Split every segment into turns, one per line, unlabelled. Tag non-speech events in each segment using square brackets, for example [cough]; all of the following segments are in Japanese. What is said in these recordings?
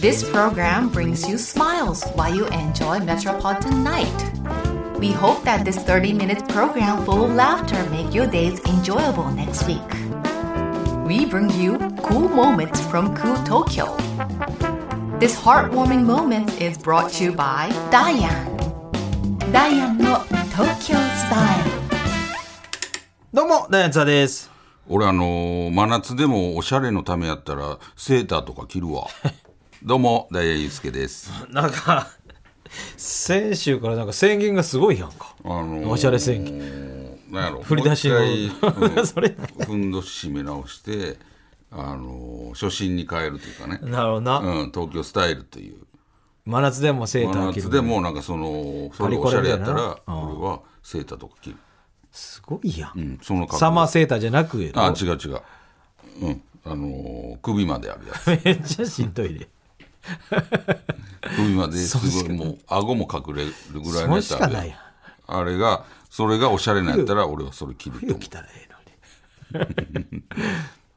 This program brings you smiles while you enjoy Metropolitan Night. We hope that this 30-minute program full of laughter make your days enjoyable next week. We bring you cool moments from cool Tokyo. This heartwarming moment is brought to you by Diane. Diane の Tokyo Style.
どうも、ダイアンツァです。
俺あのー真夏でもおしゃれのためやったらセーターとか着る
[laughs]
わどうもダイヤユースケです
なんか、先週からなんか宣言がすごいやんか。
あのー
おしゃれ宣言。
なんやろ
振り出しの
もう一回う
[laughs]
ん
それ
ふんどし締め直してあのー初心に変えるというかね、
なるほどな。
うん、東京スタイルという
真夏でもセータ
真
ー着る。
夏で。もなんかそのそれがおしゃれやったら
パリコレみたいな
俺はセーターとか着る、
すごいやん。
うん、その格好
サマーセーターじゃなく、
あ違う違う、うんあのー首まであるやつ
めっちゃしんどいで。
首まですごいもう顎も隠れるぐらいのやつ
それし
あ
か
る
ない
や
やん
んあれがそれがおしゃれなんやったら俺はそれ着ると
冬
思
来たらええ
[laughs]
のに。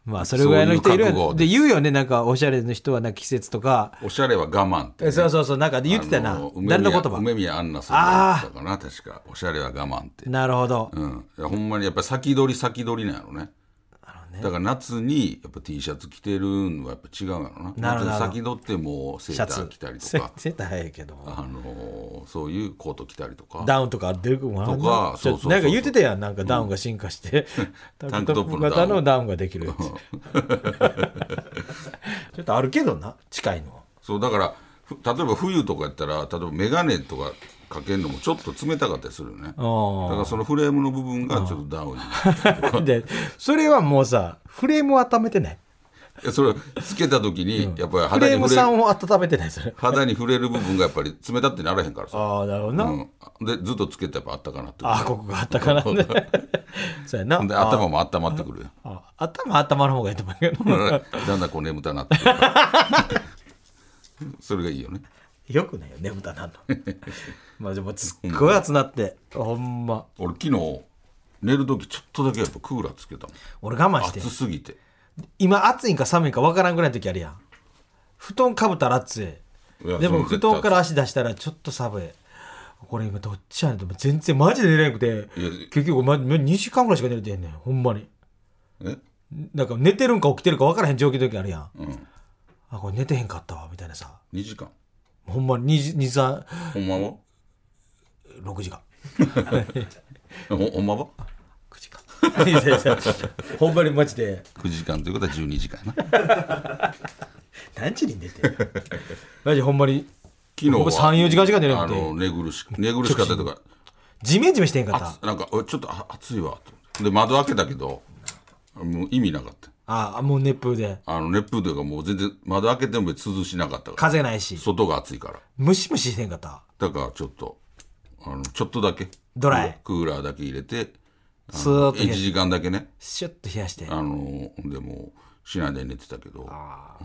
まあ、それぐらいの人いる
そういう覚悟
よ。
で
です言うよね、なんかおしゃれの人はなんか季節とか。
うおしゃれは我慢ってね、
えそうそうそう、なんか言ってた
あ
な
の。梅宮
誰の言葉
梅宮アンナさんが言ってたかな確かおしゃれは我慢って
なるほど。
うんいやほんまにやっぱ先取り先取りなんやろねだから夏にやっぱ T シャツ着てるのはやっぱ違うんやろ
な
な
るほど
夏先取ってもうセー
シャ
ター
ツ。
着たりと
セ
か、
[laughs] セーター早いけど。
あのーそういうコート着たりとか
ダウンとか出てくるもんな
とか
ちょ
そうそうそう
なんか言ってたやん、なんかダウンが進化して、タ [laughs]
タ
ン
ン
クト
クト
ッ
ッ
プ
プ
型
のダウ
のダウ
ン
ンができるやつ。 [laughs] ちょっとあるけどな、近いのは。
そうだからふ例えば冬とかやったら例えば眼鏡とかかけるのもちょっと冷たかったりするよねだからそのフレームの部分がちょっとダウン [laughs] に
で、それはもうさ、フレームを温めてない。
いやそれつけた時にやっぱ
フ
り肌
レー
に
ム
触
さ
れる
んを温めてない、それ。
肌に触れる部分がやっぱり冷たってならへんからさ、
ああ、なるほどな。
うん、でずっとつけてやっぱあったかなってくる
ああ、ここがあったかなね。 [laughs] そうやな。
で頭も温まってくるよ
あ頭、頭の方がいいと思うけど。
[laughs] だんだんこう眠たなってくる [laughs] それがいいよね
よくないよ、眠たなんの。
[laughs]
まあでも、すっごい熱なって。ほんま。
俺昨日寝る時ちょっとだけやっぱクーラーつけたもん
俺我慢して
暑。すぎて
今暑いんか寒いんか分からんぐらいの時あるやん布団かぶったら暑い
いや
でも布
それ絶対
団から足出したらちょっと寒いこれ今どっちやねんと全然マジで寝れなくて
いや
結局、ま、2時間ぐらいしか寝れてへんねんほんまに
え
なんか寝てるんか起きてるか分からへん状況の時あるやん、あこれ寝てへんかったわみたいなさ
2時間
ほんまに236
ほんまは
時間
ほほんまは
9時間 [laughs] いやいやいやほんまにマジで
?9 時間ということは12時間やな。昨
何時に寝てん
[laughs]
のマジほんまに
日は
僕3-4時間しか寝れな
あ
くて
の寝苦し寝苦しかったとか、
ジメジメしてへんかった
あなんかおいちょっとあ暑いわと思って。で、窓開けたけど、もう意味なかった。
ああもう熱風で
あの熱風というか、もう全然窓開けても別に涼しなかったから、
風ないし
外が暑いから。
ムシムシしてんかった
だからちょっと、あのちょっとだけ、
ドライ
クーラーだけ入れて、
スーッと冷
1
やし
時間だけね、
シュッと冷やして
あのでもうしないで寝てたけど、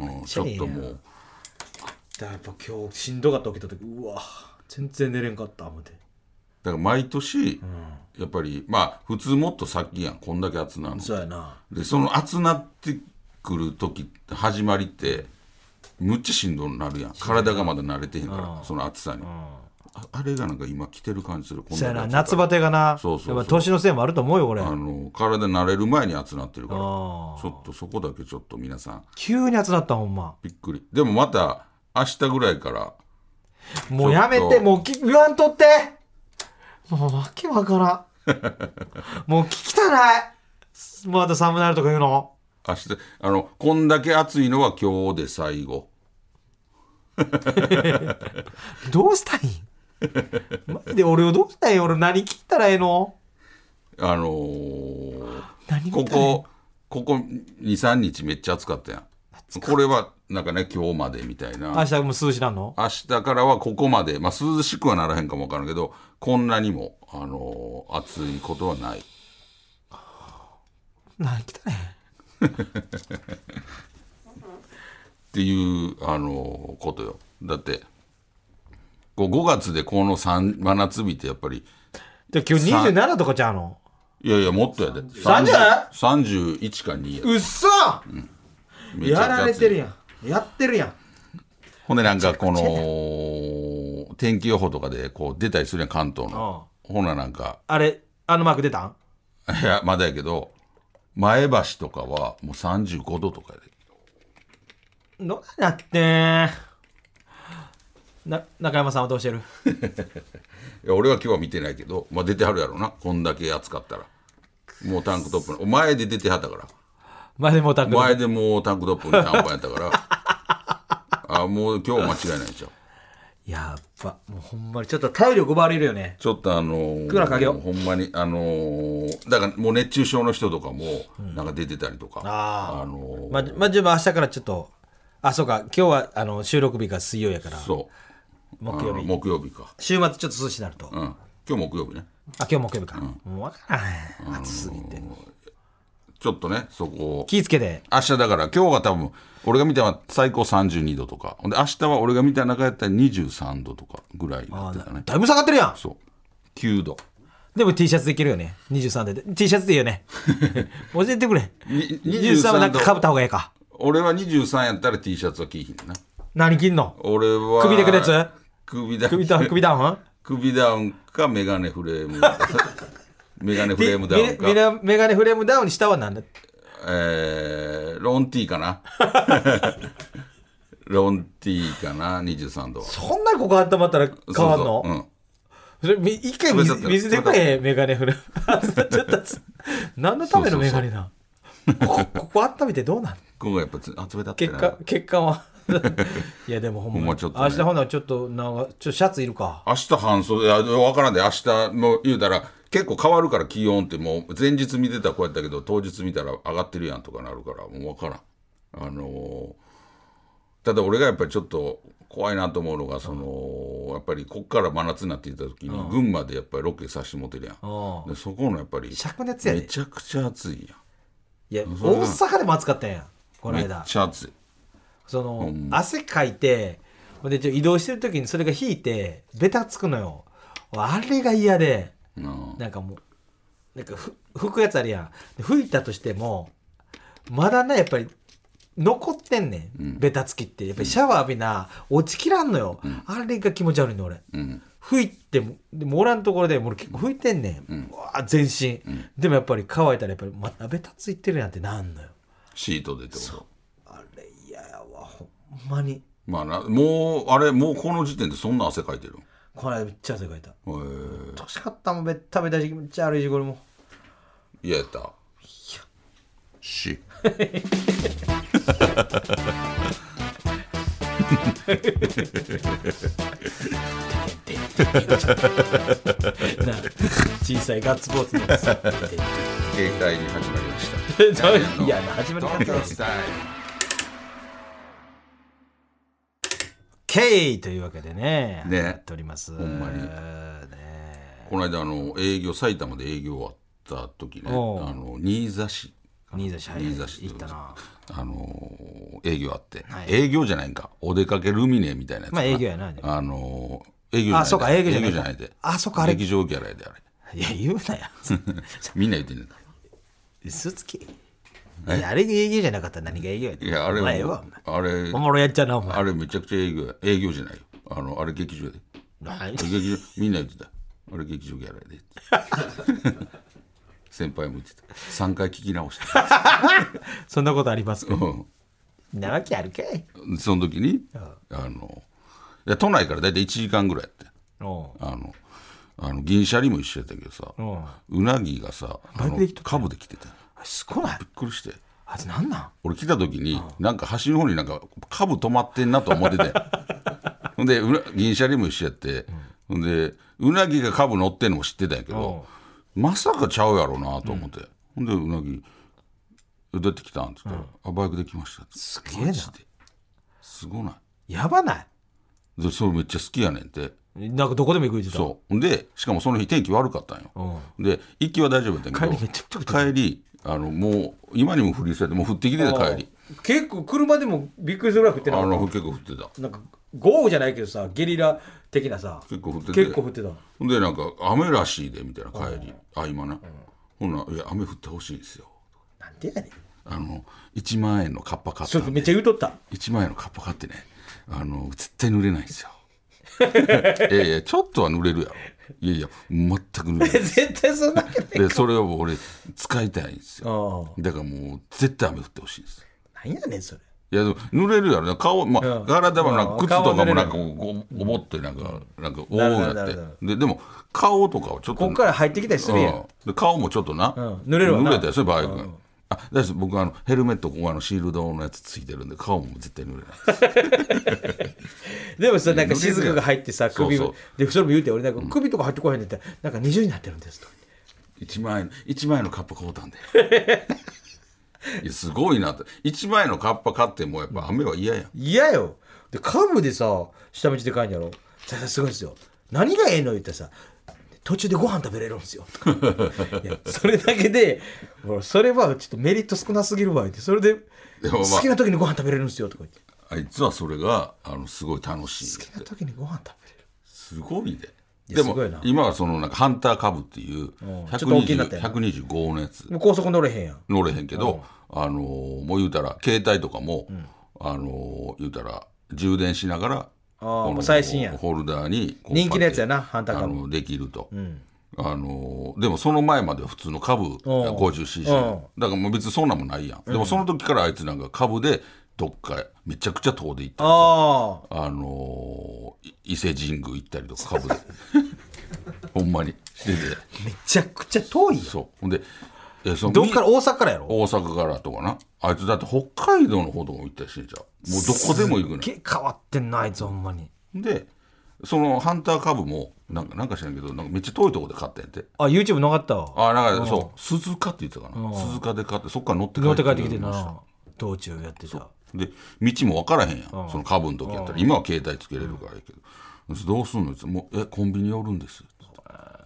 うんちょっともう、
だからやっぱ今日しんどかった起きた時うわ全然寝れんかった思って
だから毎年、やっぱりまあ普通もっと先やんこんだけ暑なの
そうやな
でその暑なってくる時始まりってむっちゃしんどなるやん体がまだ慣れてへんからその暑さにああれがなんか今来てる感じするこん
そうや
け
な
暑い
夏バテがな
そうそうそう
やっぱ年のせいもあると思うよ俺
あの体慣れる前に暑なってるからち
あ
ょっとそこだけちょっと皆さん
急に暑なったほんま
びっくりでもまた明日ぐらいから
もうやめ
ちょってと
もうき言わんとってもうわけわ
[laughs]
からんもう聞きたないまだ寒なるとか言うの
明日あのこんだけ暑いのは今日で最後
どうしたいん
[laughs]
マジで俺をどうしたいん俺何聞いたらええの
あのー
何見たらええの
ここ、ここ2、3日めっちゃ暑かったやん。これは、なんかね、今日までみたい
明
な。
日もう涼しなんの
明日からはここまで、まあ、涼しくはならへんかもわからんけど、こんなにも、あのー暑いことはない。
何来たね
っていう、あのーことよ。だって、こう5月でこの三真夏日ってやっぱり、
で今日27とかちゃうの
いやいや、もっとやで。
30
30?31 か2やで。
うっそ
めちゃくちゃ暑い
やんやってるやん
ほんでなんかこの、天気予報とかでこう出たりするやん、関東の。ほななんか、
あれ、あのマーク出たん
いや、まだやけど、前橋とかはもう35度とかやで。
どうなってんな、中山さんはどうしてる
いや、俺は今日は見てないけど、まあ出てはるやろな、こんだけ暑かったら。もうタンクトップの、前で出てはったから。
前でもうたく
前でもうタンクトップに短パンやっ
[laughs]
たから。あ、もう今日は間違いないじゃん。
やっば、もうほんまにちょっと体力奪われるよね。
ちょっとあのー
暗くあげよう
ほんまに、あのーだからもう熱中症の人とかも、なんか出てたりとか、
あー
のー
ま、ま、じゃあ明日からちょっと、あ、そうか、今日はあの収録日が水曜やから、
そう、
木曜
あの
日。
木曜日か。
週末ちょっと涼しくなると。
うん。今日木曜日ね。
あ、今日木曜日か。もうわからへん。暑すぎて。
ちょっとね、そこを。
気ぃつけて。
明日だから、今日が多分、俺が見たのは最高32度とか。ほんで、明日は俺が見た中やったら23度とかぐらいになってたね。
だいぶ下がってるやん。
そう。9度。
でも T シャツでいけるよね。23で。T シャツでいいよ
[laughs]
ね。教えてくれ。
に
23はなんかかぶった方がいいか。
俺は23やったら T シャツは着いひんな。
何着んの
俺は。
首でくるやつ
首だ [laughs]
首ダウン、首ダウン
首ダウンかメガネフレ
[laughs]
ームメガネフレームダウン
みみ
か、
なメガネフレームダウンにしたはなんだ
えー、ロンティーか
[laughs]
なロンティーかな23度は
そんなにここ温まったら変わん
そう
の
そううん
それみ一回
冷た
水
った
水でくれ、メガネフレーム。 [laughs] ちょっとつ、何のためのメガネなここここ温めてどうなん
ここがやっぱつあ冷たって
結
な
果、結果
[laughs]
は。いや、でもほんまに
ほんまちょっとね
明日ほなちょっと、なんか、ちょっとシャツいるか。
明日半袖いや分からんで明日もう言うたら結構変わるから気温ってもう前日見てたらこうやったけど当日見たら上がってるやんとかなるからもう分からんあのーただ俺がやっぱりちょっと怖いなと思うのがそのやっぱりこっから真夏になっていった時に群馬でやっぱりロケさせてもってるやん
う
でそこのやっぱり
灼熱やで
めちゃくちゃ暑い
いや、大阪でも暑かったんや。こ
やん
の
めっ
間。
ちゃ暑い
その、汗かいて、ほんで、ちょ移動してる時にそれが引いて、ベタつくのよ。あれが嫌で、
うん
なんかもう、なんかふ拭くやつあるやん。で拭いたとしても、まだな、やっぱり、残ってんねん。ベタつきって。やっぱりシャワー浴びな、落ちきらんのよ。あれが気持ち悪いの、俺。
うん
拭いても、でもおらんところでも俺結構拭いてんねん。うわー全身、でもやっぱり乾いたらやっぱりまたベタついてるやんってなんのよ。
シートでってこと
あれ嫌やわ、ほんまに。
まあなもうあれもうこの時点でそんな汗かいてる
この間めっちゃ汗かいた。
へー
欲しかったもん、べったべたし、めっちゃ悪いし、これも。
嫌やったし
な小さいガッツポーズのやつ。
[laughs] 携帯に始まりました [laughs]
いや、始まり方が。
タイ
K というわけでね、
ね
やっております。
ほんまに
ね
この間あの営業埼玉で営業終わった時ねあ
おう
の新座市
新座市入
新座市
行ったな。
あのー営業あって、
はい
営業じゃないんかお出かけルミネみたいなやつかな
まあ営業やなでも
あのー営業じゃない
あ、そうか、営業じゃない。
で
あ、そうか、あれ。い
劇場キャラやであれ
[laughs] や、言うなや。
みんな言ってんねんか
嘘つき。いや、あれが営業じゃなかったら何が営業やねん
いやあれ
お
も
前は、お前
あれ
おもろいやっちゃうな、お前
あ。れめちゃくちゃ営業や営業じゃないよあのあれ劇場やで
何
劇場みんな言ってたあれ劇場キャラやでって [laughs] 先輩も言ってた3回聞き直した
そんなことありますか
うん
なわけあるかい。
その時に、あの、いや都内から大体1時間ぐらいやって。
お
あの、あの銀シャリも一緒やったけどさ、
う
うんなぎがさ、あの
バイクで来とっ
カブで来てた。び
うすごない。
っくりして。
あいつなんなん
俺来た時に、なんか橋の方になんかカブ止まってんなと思って [laughs] て。ほんで、うな銀シャリも一緒やって、ほんで、うなぎがカブ乗ってんのも知ってたんやけど、まさかちゃうやろなと思って。ほんで、うなぎ、えどうやって来たんって言ったら、あ、バイクで来ましたって。す
げえな
すごない。
やばない。
でそれめっちゃ好きやねんって
なんかどこでも行く言ってた。
そうでしかもその日天気悪かったんよ、で行きは大丈夫やったんやけど
帰りめっちゃくちゃ降って
帰りあのもう今にも降りそうやってもう降ってきてた帰り
結構車でもびっくりするぐらい降って
あ
なかっ
の結構降ってた
たなんか豪雨じゃないけどさゲリラ的なさ
結構降ってて
結構降ってた
ほんでなんか雨らしいでみたいな帰り合間な、ほんなら「いや雨降ってほしいんですよ
なんでやねん」
あの1万円のカッパ買っ
そ
た
れ
ん
めっ
で [laughs]
ちゃ言うとった
1万円のカッパ買ってねあの絶対濡れないんですよ [laughs] いやいやちょっとは濡れるやろいやいや全く濡れないです
絶対そんなわけない
でそれを俺使いたいんですよ
ああ
だからもう絶対雨降ってほしいんです
何やねんそれ
いやでも濡れるやろな顔、まあ
うん
体もなん
う
か
ん
靴とかもなんか
顔
こうおぼってなんかなんかおお
なるなるな
やっ
る
て
なる
ででも顔とかはちょっと
こっから入ってきたりするやん、
うんで顔もちょっとな、
うん濡れるわな
濡れたよそれバイクが、あだし僕あのヘルメットここあのシールドのやつついてるんで顔も絶対濡れない
でもさなんか静かが入ってさ
そう
首
そう
でそれも言うて俺なんか首とか入ってこへんねんってなんか二重になってるんですと
1万円一万円のカッパ買うた
[laughs]
んでいやすごいなって1万円のカッパ買ってもやっぱ雨は嫌やん
嫌よでカーブでさ下道で帰んやろささすごいですよ何がええの言ったらさ途中でご飯食べれるんですよいやそれだけで俺それはちょっとメリット少なすぎるわ言ってそれで
でもまあ
好きな時にご飯食べれるんですよとか言って
あいつはそれがあのすごい楽しい
好きな時にご飯食べれる
すごいで
いや
です
ごい
も
な
今はそのなんかハンターカブっていう
ちょっと大きいなった
120
やん
125のやつ
もう高速乗れへんやん
乗れへんけど、あのーもう言うたら携帯とかも、あのー言うたら充電しながら
あー
こ
も
の
う最新や
ホルダーにこう
人気のやつやな
パッて
ハンターカブ
あのできると、あのーでもその前までは普通の株 50cc だ
うん
からもう別にそんなんもないやん、でもその時からあいつなんか株でどっかめちゃくちゃ遠出行ったり
ああ
あのーい伊勢神宮行ったりとか
[laughs]
株でほんまにしてて
めちゃくちゃ遠いやん
そうほんでえその
どっから大阪からやろ
大阪からとかなあいつだって北海道の方とかも行ったりしてんじゃんもうどこでも行く
すっげえ変わってんなあいつほんまに
ねんでそのハンター株もなんかなんか知らんけどなんかめっちゃ遠いとこで買ったんやって
あ YouTube なかったわ
あなんかそう鈴鹿って言ってたかな鈴鹿で買ってそっから乗って帰
乗
っ
ってて帰ってきてな道中やってた
で道も分からへんやん、その株の時やったら今は携帯つけれるからやけど、どうすんのって言ってもうえコンビニ寄るんです」って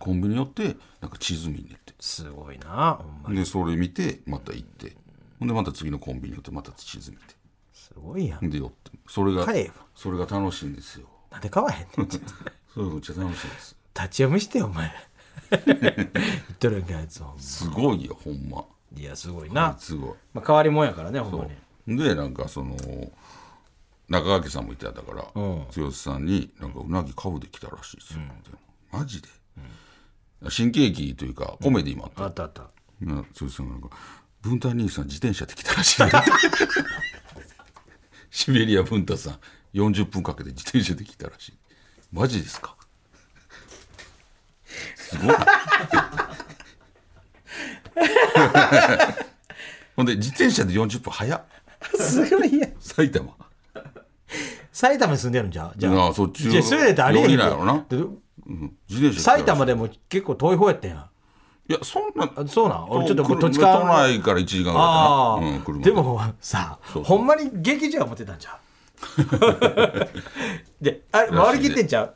コンビニ寄ってなんか地図見に行って
すごいなほんま
でそれ見てまた行ってほんでまた次のコンビニ寄ってまた地図見て
すごいやん
でよってそれが、
買えよ
それが楽しいんですよ
なんで買わへんねん立
それがめっちゃ楽しいんです
ち読みしてよお前言っとるんかあいつほんます
ごいよほんま
いやすごいな、
すご
まあ、変わりもんやからねほんまに
いでなんかその中垣さんも言ってたから、
うん
剛さんに「なんかうなぎ株で来たらしいですよ」みたいなマジで、新喜劇というかコメディもあった
あったあ
[laughs]
った
な剛さんがなんか「文太兄さん自転車で来たらしい [laughs] んだ」シベリア文太さん40分かけて自転車で来たらしいマジですかす [laughs] ごいほんで自転車で40分早っ
すごいやん
埼玉
埼玉に住んでるんじゃじゃ
なあそっち
じゃあそれでありえへん
よりなんやろな
で
うん自転車で来たらしい
埼玉でも結構遠い方やったやん
いやそんな
あそうなん俺ちょっと
くる
土地勘
都内から1時間ぐらい
あ
か
あ
な、うん、車
でもさ
う
ほんまに劇場は持ってたんちゃう [laughs] であれ
らしいね
回りきってんちゃう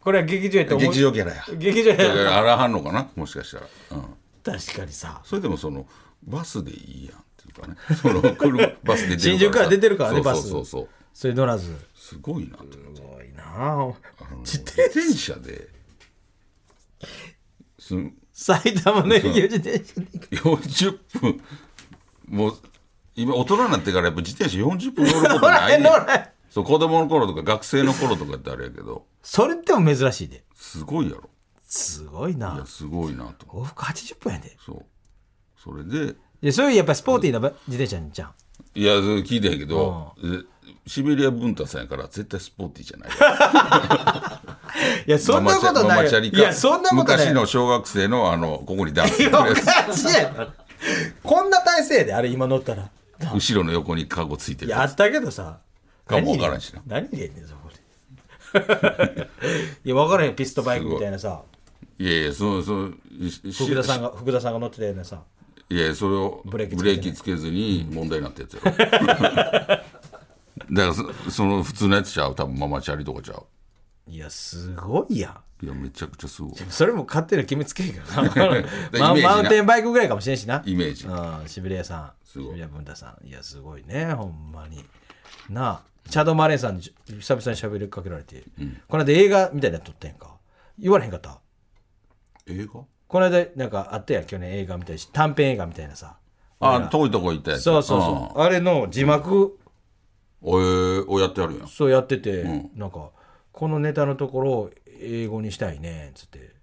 これは劇場やと思う
劇場キャラや
劇場
だか
や
ら荒はんのかなもしかしたら、うん、
確かにさ
それでもそのバスでいいやんっていうかね [laughs] その車バスで
新
出てるからさ
宿から出てるからね
そ
バ
う
ス
そうそうそう
それ乗らず
すごいなって思って
すごいな
あの
自
自
転
転車です
埼玉の営業自転車で
40分もう今大人になってからやっぱ自転車40分乗ること
乗
な
ら
い
へん
ねん
乗らへん
そう子供の頃とか学生の頃とかってあれやけど
それっても珍しいです
ごいやろ
すごい
いや
な
すごいなと
往復80分やで
そうそれで
でそういうやっぱりスポーティーなば自転車にちゃう
いやそれ聞いてんけど、えシベリア文太さんやから絶対スポーティーじゃない
いや [laughs] そんなこと
マ
な
マ
い
チャ
よ
リ
い
か
やそんなことない
昔の小学生のあのここにダン
[laughs]
ス
いやおかしいやろこんな体勢であれ今乗ったら
後ろの横にカゴついて
い
る
やあったけどさ
かもわからんしな
何入れんねんそこ
[laughs]
でいや分からへんピストバイクみたいなさ
いやいやそうそういし
福田さんが福田さんが乗ってたようなさ
いやそれをブ
ブ
レ
レ
ー
ー
キ
キ
つ
つけてない
けずに問題になったやつやろだ
[laughs]
からそその普通のやつちゃう多分ママチャリとかちゃう
いやすごいや
いやめちゃくちゃすごい
んそれも勝手な決めつけへんけどな
[laughs] イメージな
ママウンテンバイクぐらいかもしれんしな
イメージ
うんシベリアさんシ
ごい
ベリア文太さんいやすごいねほんまになあチャド・マレーさんに久々に喋りかけられて、この間映画みたいなの撮ってんか言われへんかった
映画
この間なんかあったやん去年映画みたいし短編映画みたいなさ
あ遠いとこ行ったやつ
そうそうそう、あれの字幕
おえをやってはるやん
そうやってて、なんかこのネタのところを英語にしたいねっつって。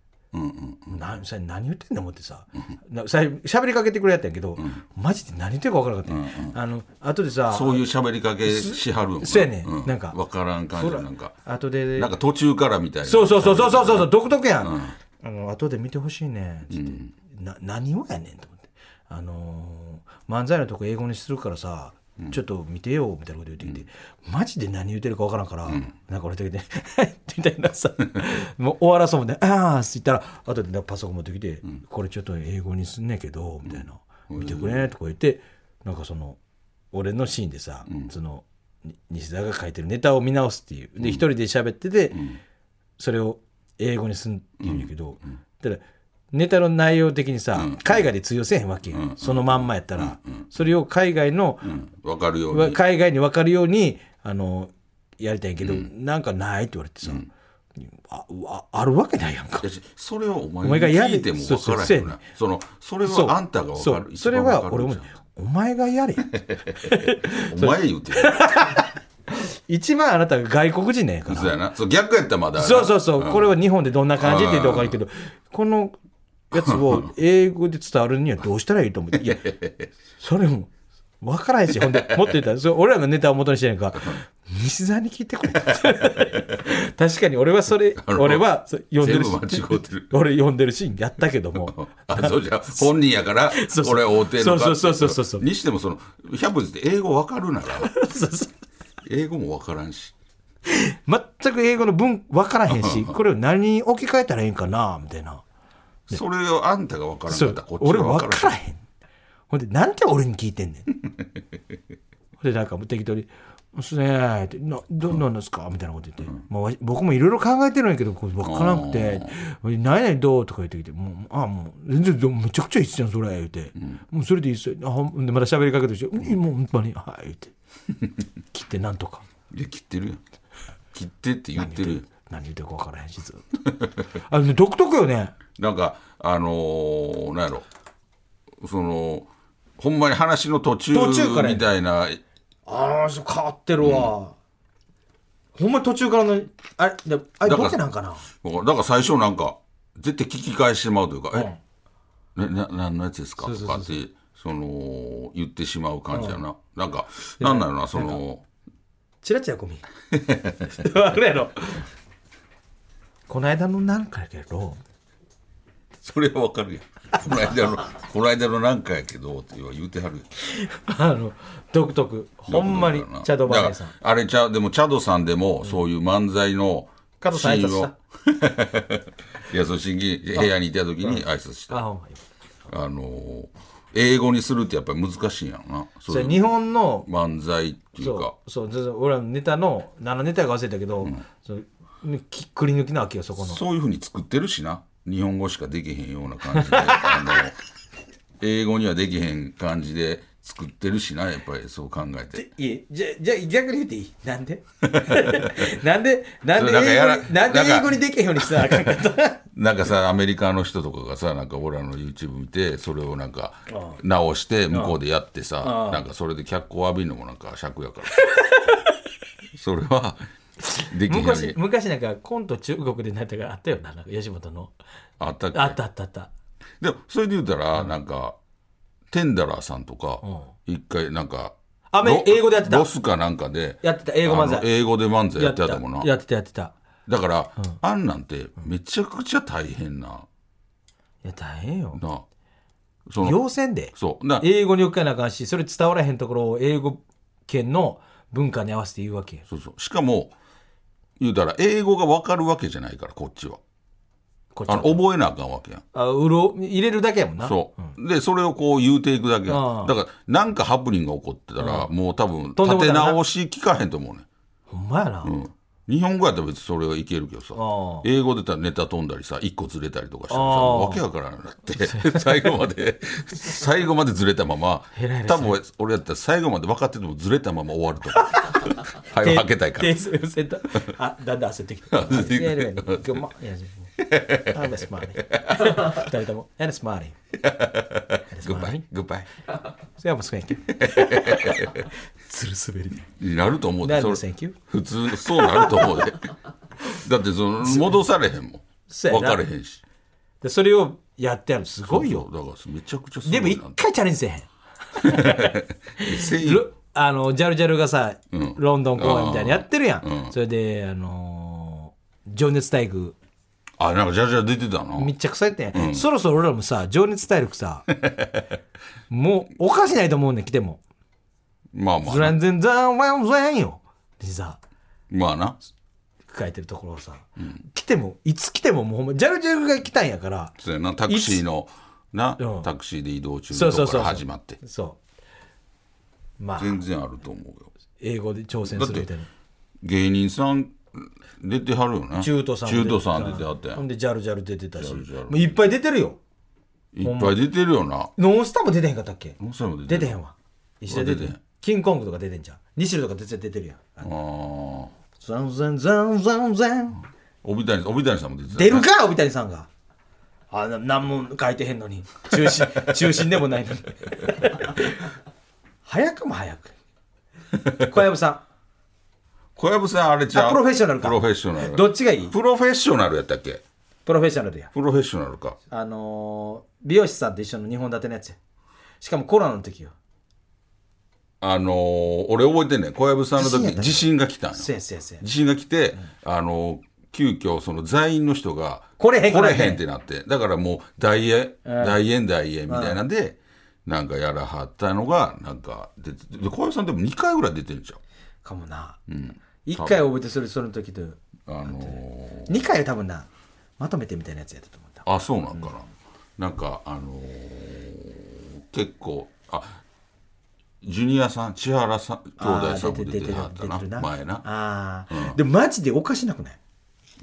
なさ何言ってんだ思ってさなさ喋りかけてくれやったんやけど、マジで何言ってるか分からなかった、あの後でさ
そういう喋りかけしはるんかな
そうやね
う
なんか
分からん感じなんか
後で
なんか途中からみたいな
そうそうそうそうそうそうそう独特やん、あの後で見てほしいねつって、な何をやねんと思ってあのー漫才のとこ英語にするからさちょっと見てよみたいなこと言ってきて、マジで何言ってるかわからんから、なんか俺だけで [laughs] 「はい」みたいなさもう終わらそうもんで「ああ」って言ったら後でパソコン持ってきて、これちょっと英語にすんねんけど」みたいな「見てくれ」とか言ってなんかその俺のシーンでさ、そのに西田が書いてるネタを見直すっていうで一人で喋ってて、それを英語にすんって言うんやけど、ただネタの内容的にさ、海外で通用せえへんわけよ、そのまんまやったら、それを海外の、
分かるように
海外に分かるようにあのやりたいんやけど、なんかないって言われてさ、あああるわけないやんか
いやしそれをお前
お前が
に
やれ
聞いても分から
そう
へ
そ
ん
うそう
よ
や
なそのそれ
そう
はあんたが分か
そ
る
う
一
それ
番分か
は
る
俺もお前がやれ
お前言うてる
一番あなたが外国人なんやから
そうやなそう逆やったらまだな
そうそうそう、
ん
これは日本でどんな感じって言って分かるけど、このやつを
[laughs]
英語で伝わるにはどうしたらいいと思って、いや、それも分からへんし、
[laughs]
ほんで、持ってたら、それ俺らのネタを元にしてないから、西沢に聞いてくれ。
[laughs]
確かに俺はそれ、
るほど
俺はそ読んでるし
全部間違うてる、
俺読んでるシーンやったけど
[laughs]
も、
あそうじゃ本人やから
そうそう
俺は会うてんのか
そうそうそうそうそう
にしてもその百歩譲って英語分かるなら
そうそう
英語も分からんし
全く英語の文分からへんし、これを何に置き換えたらいいんかな、みたいな。
それをあんたが分からんか
そ
っ
う
たらこっち
俺
が
分
分
か
かららん
へんほんでなんで俺に聞いてんねんほんでなんかもう適当に「すねー」って「などんなんですか?」みたいなこと言って、まあわし、僕もいろいろ考えてるんやけどこれ分からなくて「何々どう?」とか言ってきて「もうあもう全然どめちゃくちゃいいっすじゃんそれ」言うて、もうそれでいいっすよ」あほんでまた喋りかけてるし「うんもう本当にはい」言うて切ってなんとか
いや切ってるやん切ってって言ってるやん
何言ってるか分からへんしずっとあの独特よね
なんかあのー、なんやろそのほんまに話の途中
途中からや
みたいな
ああ、そう変わってるわ。ほんまに途中からの、あれ、であれ
だから
ボケなんかな
だから最初なんか絶対聞き返してまうというか「えなな何のやつですか?」とかってその言ってしまう感じやな、なんかなんだろうなその
チラチラ [laughs] コミ。あれやろ。この間のなんかやけど、
それはわかるやんこの間のこの間のなんかやけどって言うてはるやん
あの、独特。ほんまに
だから、な
チャドバネさん
だ。からあれちゃうでもチャドさんでもそういう漫才の
加藤さん挨拶
シーン
し
を
た。
[laughs] いやそう審議部屋にいた時に挨拶した
あ、
あ
ほんまに。
のー英語にするってやっぱり難しいんやろな
そ
そ
うれ
いう
日本の、
漫才っていうか
そう、そう、そう俺らのネタの、何のネタか忘れたけど、そうねきくり抜きなわけよ、そこの。
そういうふうに作ってるしな。日本語しかできへんような感
[laughs]
じで、あの、英語にはできへん感じで作ってるしな、やっぱりそう考えて。
いえ、じゃ、じゃ、逆に言っていいなん [laughs] でなんで、なんで
それなんか
英
や
語
ら
に、なんで
なんか
英語にできへんようにしたらあかんかった
なんかさ、アメリカの人とかがさ、なんか俺らの YouTube 見て、それをなんか直して、向こうでやってさ、なんかそれで脚光浴びるのもなんか尺や
[laughs]
から。それは、できへんよう
昔
に。
昔なんかコント中国でなんとかあったよななんか吉本の
あったっけ
あったあったあった
でも、それで言うたら、なんか、テンダラーさんとか、一回なんか、
あめ
ロ
英語でやってた
ロスかなんかで、
やってた英語漫才
あの英語で漫才やって
や
は
っ
ったたもんな。
やってたやってた
だから、あんなんて、めちゃくちゃ大変な、
いや大変よ
な。その、
要せで
そう。な
英語に置き換えなあかんしそれ伝わらへんところを英語圏の文化に合わせて言うわけ
そうそう。しかも、言うたら、英語がわかるわけじゃないから、こっちは。
こっち
あの、
は
覚えなあかんわけやん。
あうろ入れるだけやもんな
そう、で、それをこう言うていくだけや
ああ
ん。だから、なんかハプニングが起こってたら、もう多分、
とんでも
立
ない
て
な
直し聞かへんと思うねん。
ほんまやな、
日本語やったら別にそれはいけるけどさ
ああ
英語で言ったらネタ飛んだりさ一個ずれたりとかして
あ
さ
あ
わけわからなくなって最後まで最後までずれたまま
偉いです
多分俺やったら最後まで分かっててもずれたまま終わると思う
[laughs]
早くはけたいから
手手寄せたあだんだん焦ってきた
焦ってきた
やるやる今日もいやあれスマーリー二人ともやれスマーリー
グッバイグッバイ
それはもうスクエン
つる滑りで
なると思う
な
で
るの
それ
Thank you
普通そうなると思うで
[laughs]
だってその戻されへんもん
そうや
分
な
かれへんし
でそれをやってやるのすごいよ
そうそうだからめちゃくちゃすご
で
い
も
な
一回チャレンジせえへん
せい
ロあのジャルジャルがさ、
ん
ロンドン公演みたいにやってるやん、
うん
それであのー情熱大陸
あなんかジャジャ出てたな
密着されてんや、そろそろ俺らもさ情熱大陸
[laughs]
さもうおかしないと思うねん来ても
ま
「
あまあ
ズラ
な
ンゼンザンワンワンよ」でさ
まあな
書いてるところをさ、来てもいつ来てももうほんまジャルジャルが来たんやから
そうやなタクシーのな
うん
タクシーで移動中
そう
の
そ
と
う
こ
そ
か
う
ら始まって
そうまあ
全然あると思うよ
英語で挑戦するみたいな
芸人さん出てはるよね
中途さんも出
中
て
途さん出てはったや
ほ
ん
ん
い
でジャルジャル出てたし
ジャルジャル
もういっぱい出てるよ
っぱい出てるよな
ノンスタも出てへんかったっけ
ノンスタも出て
出
る
てへんわ石田出てへ
出てへ
ん
ん
キングコングとか出てんじゃん西野とか出て出てるやん
あー
ザンザンザンザンザン
帯谷さん帯谷さんも出てた
出るか帯谷さんがあな何も書いてへんのに中
[laughs]
心中心でもないのに早くも早く小籔さ
小籔さんあれじゃ
あ
ん
プロフェッショナルか
プロフェッショナル
んどっちがいい
プロフェッショナルやったっけ
プロフェッショナルや
プロフェッショナルか
あのー美容師さんと一緒の2本立てのやつやしかもコロナの時よ
あのー俺覚えてんねん小籔さんの
地震やっ
時
たね
地震が来たんよ
せやせやせや
地震が来て、あの急遽その在院の人が
来れへんくなって
来れへんってなってだからもう大円大円大円みたいなんで、なんかやらはったのがなんか出てで小籔さんでも2回ぐらい出てるじ
かもな、一1回覚えてそれその時と
ゃんあのー
2回は多分なまとめてみたいなやつやったと思った
あそうなんかな、なんかあのー結構あジュニアさん千原さん兄弟さんも出てはったな前な
あーでもマジでおかしなくない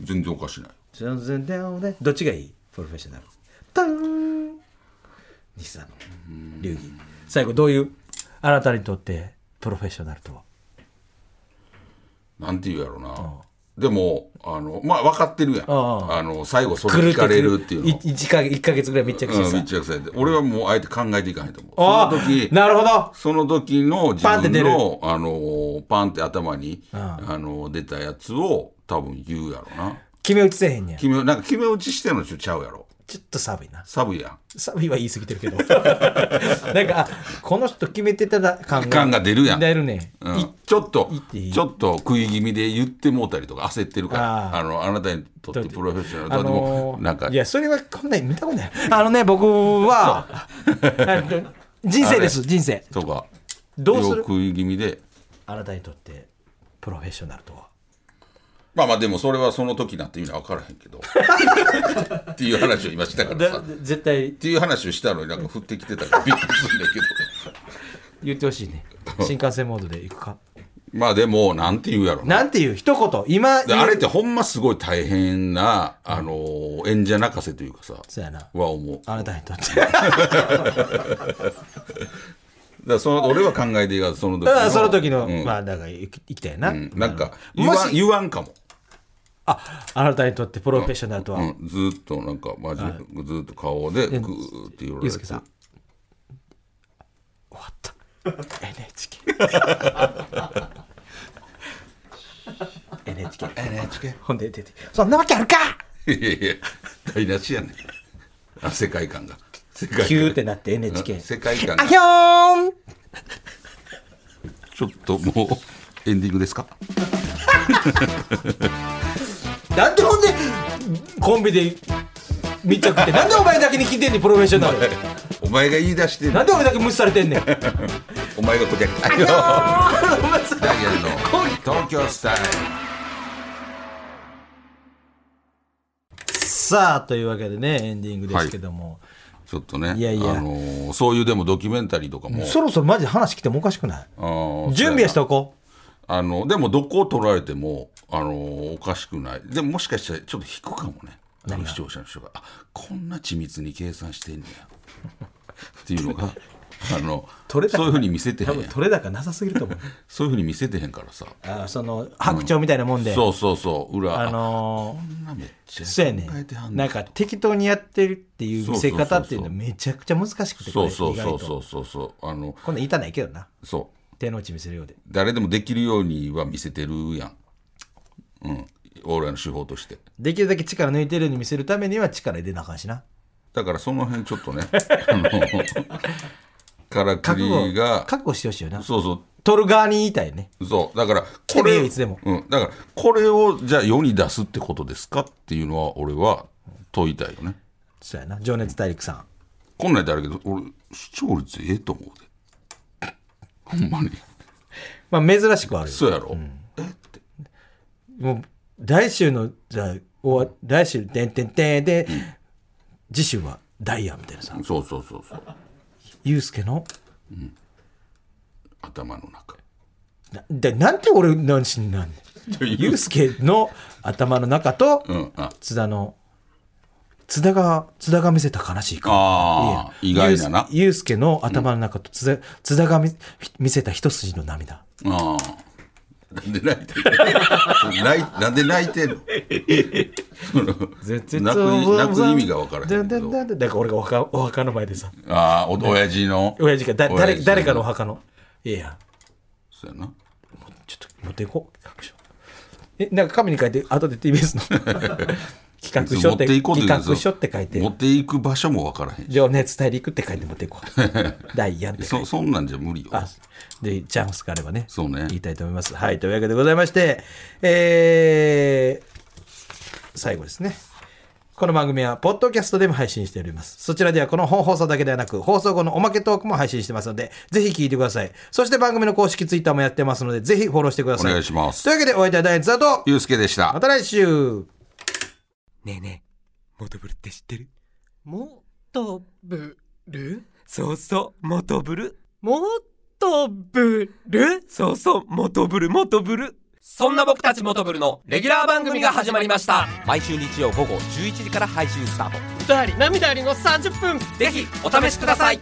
全然おかしない
全然だよねどっちがいいプロフェッショナルタン西田の流儀最後どういうあなたにとってプロフェッショナルとは
なんて言うやろな、でもあのまあ分かってるやん
あ
あの最後それ聞かれるっていうのを、
1か一ヶ月ぐらい密着して
う
さ、
ん、密着されて俺はもうあえて考えていかないと思う
あ
その時
ーなるほど
その時の自
パンって出
分
る
のあのーパンって頭に、あのー出たやつを多分言うやろな
決め打ちせえへんねや
決めなんか決め打ちしてんのちょっとちゃうやろ
ちょっと寒いな
サブや
寒いは言い過ぎてるけど [laughs] なんかあこの人決めてただ感が
感が出るやん
出るね、
ん、う
い
ん、ちょっと
いっていい
ちょっと食い気味で言ってもうたりとか焦ってるから
あー
あのあなたにとってプロフェッショナルとはで
の
も
ー
なんか
いやそれはこんなん見たことないあのね僕は [laughs] 人生です人生
とか
どうする
よく食い気味で
あなたにとってプロフェッショナルとは
まあまあでもそれはその時なんて意味は分からへんけどっていう話を今したからさっ
絶対
ていう話をしたのになんか降ってきてたから [laughs] びっくりするんだけど
言ってほしいね新幹線モードで行くか
まあでもなんて言うやろな
なんていう一言今
で
言う
あれってほんますごい大変な、あのー演者泣かせというかさ
そうやな
は思うだか
あなたにとって
らその俺は考えていいがその時
うん [laughs] その時の、
うん
まあだから行き行きたいな、
うんなんか言
も
わん
し
言わんかも、
ああなたにとってプロフェッショナルとは、
うん、ずーっとなんか真面目ずーっと顔でグーって言わ
ゆう
れて
すけさん終わった [laughs] NHK NHK
NHK
ほんで出てそんなわけあるか
いやいや台無しやねんあ世界観が世界
キュー
観
ってなって NHK
世界観
あ
が
ひょーん
ちょっともうエンディングですか
なんでほんでコンビで密着ってなんでお前だけに聞いてんねんプロフェッショナル
お前が言い出してんの
なんで俺だけ無視されてんねん
お前がこうやってあよダイアンの東京スタイル
[laughs] さあというわけでねエンディングですけども、
ちょっとね
いやいや
あのーそういうでもドキュメンタリーとかも
そろそろマジで話来てもおかしくない
あー
準備はしておこ
あのでもどこを取られてもあのーおかしくないでももしかしたらちょっと引くかもねあの視聴者の人があこんな緻密に計算してんねや [laughs] っていう
[laughs]
のがあの
取れた
そういうふうに見せ
う
てへ
多
ん
分
やん
取れ高なさすぎると思う
そういうふうに見せてへんからさ
あその白鳥みたいなもんで、
そうそうそう裏
あの
こんなめっちゃ
ー、そうやね
考えてはん
なんか適当にやってるっていう見せ方っていうのは
そうそうそうそう
めちゃくちゃ難しくて
そうそ
これ
うそう
意外
そ
と
うそうそうあの
こんなん言いたないけどな
そう
手の内見せるようで
誰でもできるようには見せてるやん。うん。俺らの手法として。
できるだけ力抜いてるように見せるためには力入れなあかんしな
だからその辺ちょ
[laughs]
っとね、あの、からく
覚
り
悟
が、
覚悟してほしいよな
そうそう、
取る側に言いたいね
そう、だから、
て
こ
みよ
れ、
いつでも
うん、だから、これを、じゃあ世に出すってことですかっていうのは、俺は問いたいよね。
そうやな情熱大陸さん
こんなんやったらあれやけど、俺、視聴率ええと思うで。ほんまに。
まあ珍しくはあるよ
そうやろ。
もう来週のじゃあ終わ来週てんてんてんで次週はダイヤみたいなさ
そうそうそうそう。
ユうスケの
頭の中。
なでなんて俺なんしになんねんユうスケの頭の中と
うん、あ
津田の津田が津田が見せた悲しい顔
あー、意外だな。
ゆうすけの頭の中と津田津田が見見せた一筋の涙
ああ。なんで泣いてんの [laughs] 泣いなんで泣いてんの
泣く
泣く泣く意味が分からへんけど
だから俺がお墓お墓の前でさ
ああ、お、親父の。
親父がだ誰
親父
誰かのお墓のいやいや
そうやな。
ちょっと持っていこう企画書えなんか紙に書いて後で TBS の企画書って
持っていこうって
企
言うんですよ
画書って書い
持
て
っていく場所も分からへんし。
情熱大陸って書いて持ってい
[laughs]
こうダイヤって書いて
そ、そんなんじゃ無理よ。
あでチャンスがあればね
そうね
言いたいと思います。はいというわけでございまして、えー最後ですね。この番組は、ポッドキャストでも配信しております。そちらでは、この本放送だけではなく、放送後のおまけトークも配信してますので、ぜひ聞いてください。そして番組の公式ツイッターもやってますので、ぜひフォローしてください。
お願いします
というわけで、お相手はダイアンツだと、
ゆうすけでした
ま。た来週
ねえねえ、モトブルって知ってる
もとぶる
そうそう、モトブル。
もとぶる
そうそう、モトブル、モトブル。
そんな僕たちモトブルのレギュラー番組が始まりました
毎週日曜午後11時から配信スタート。
歌あり涙ありの30分
ぜひ、お試しください。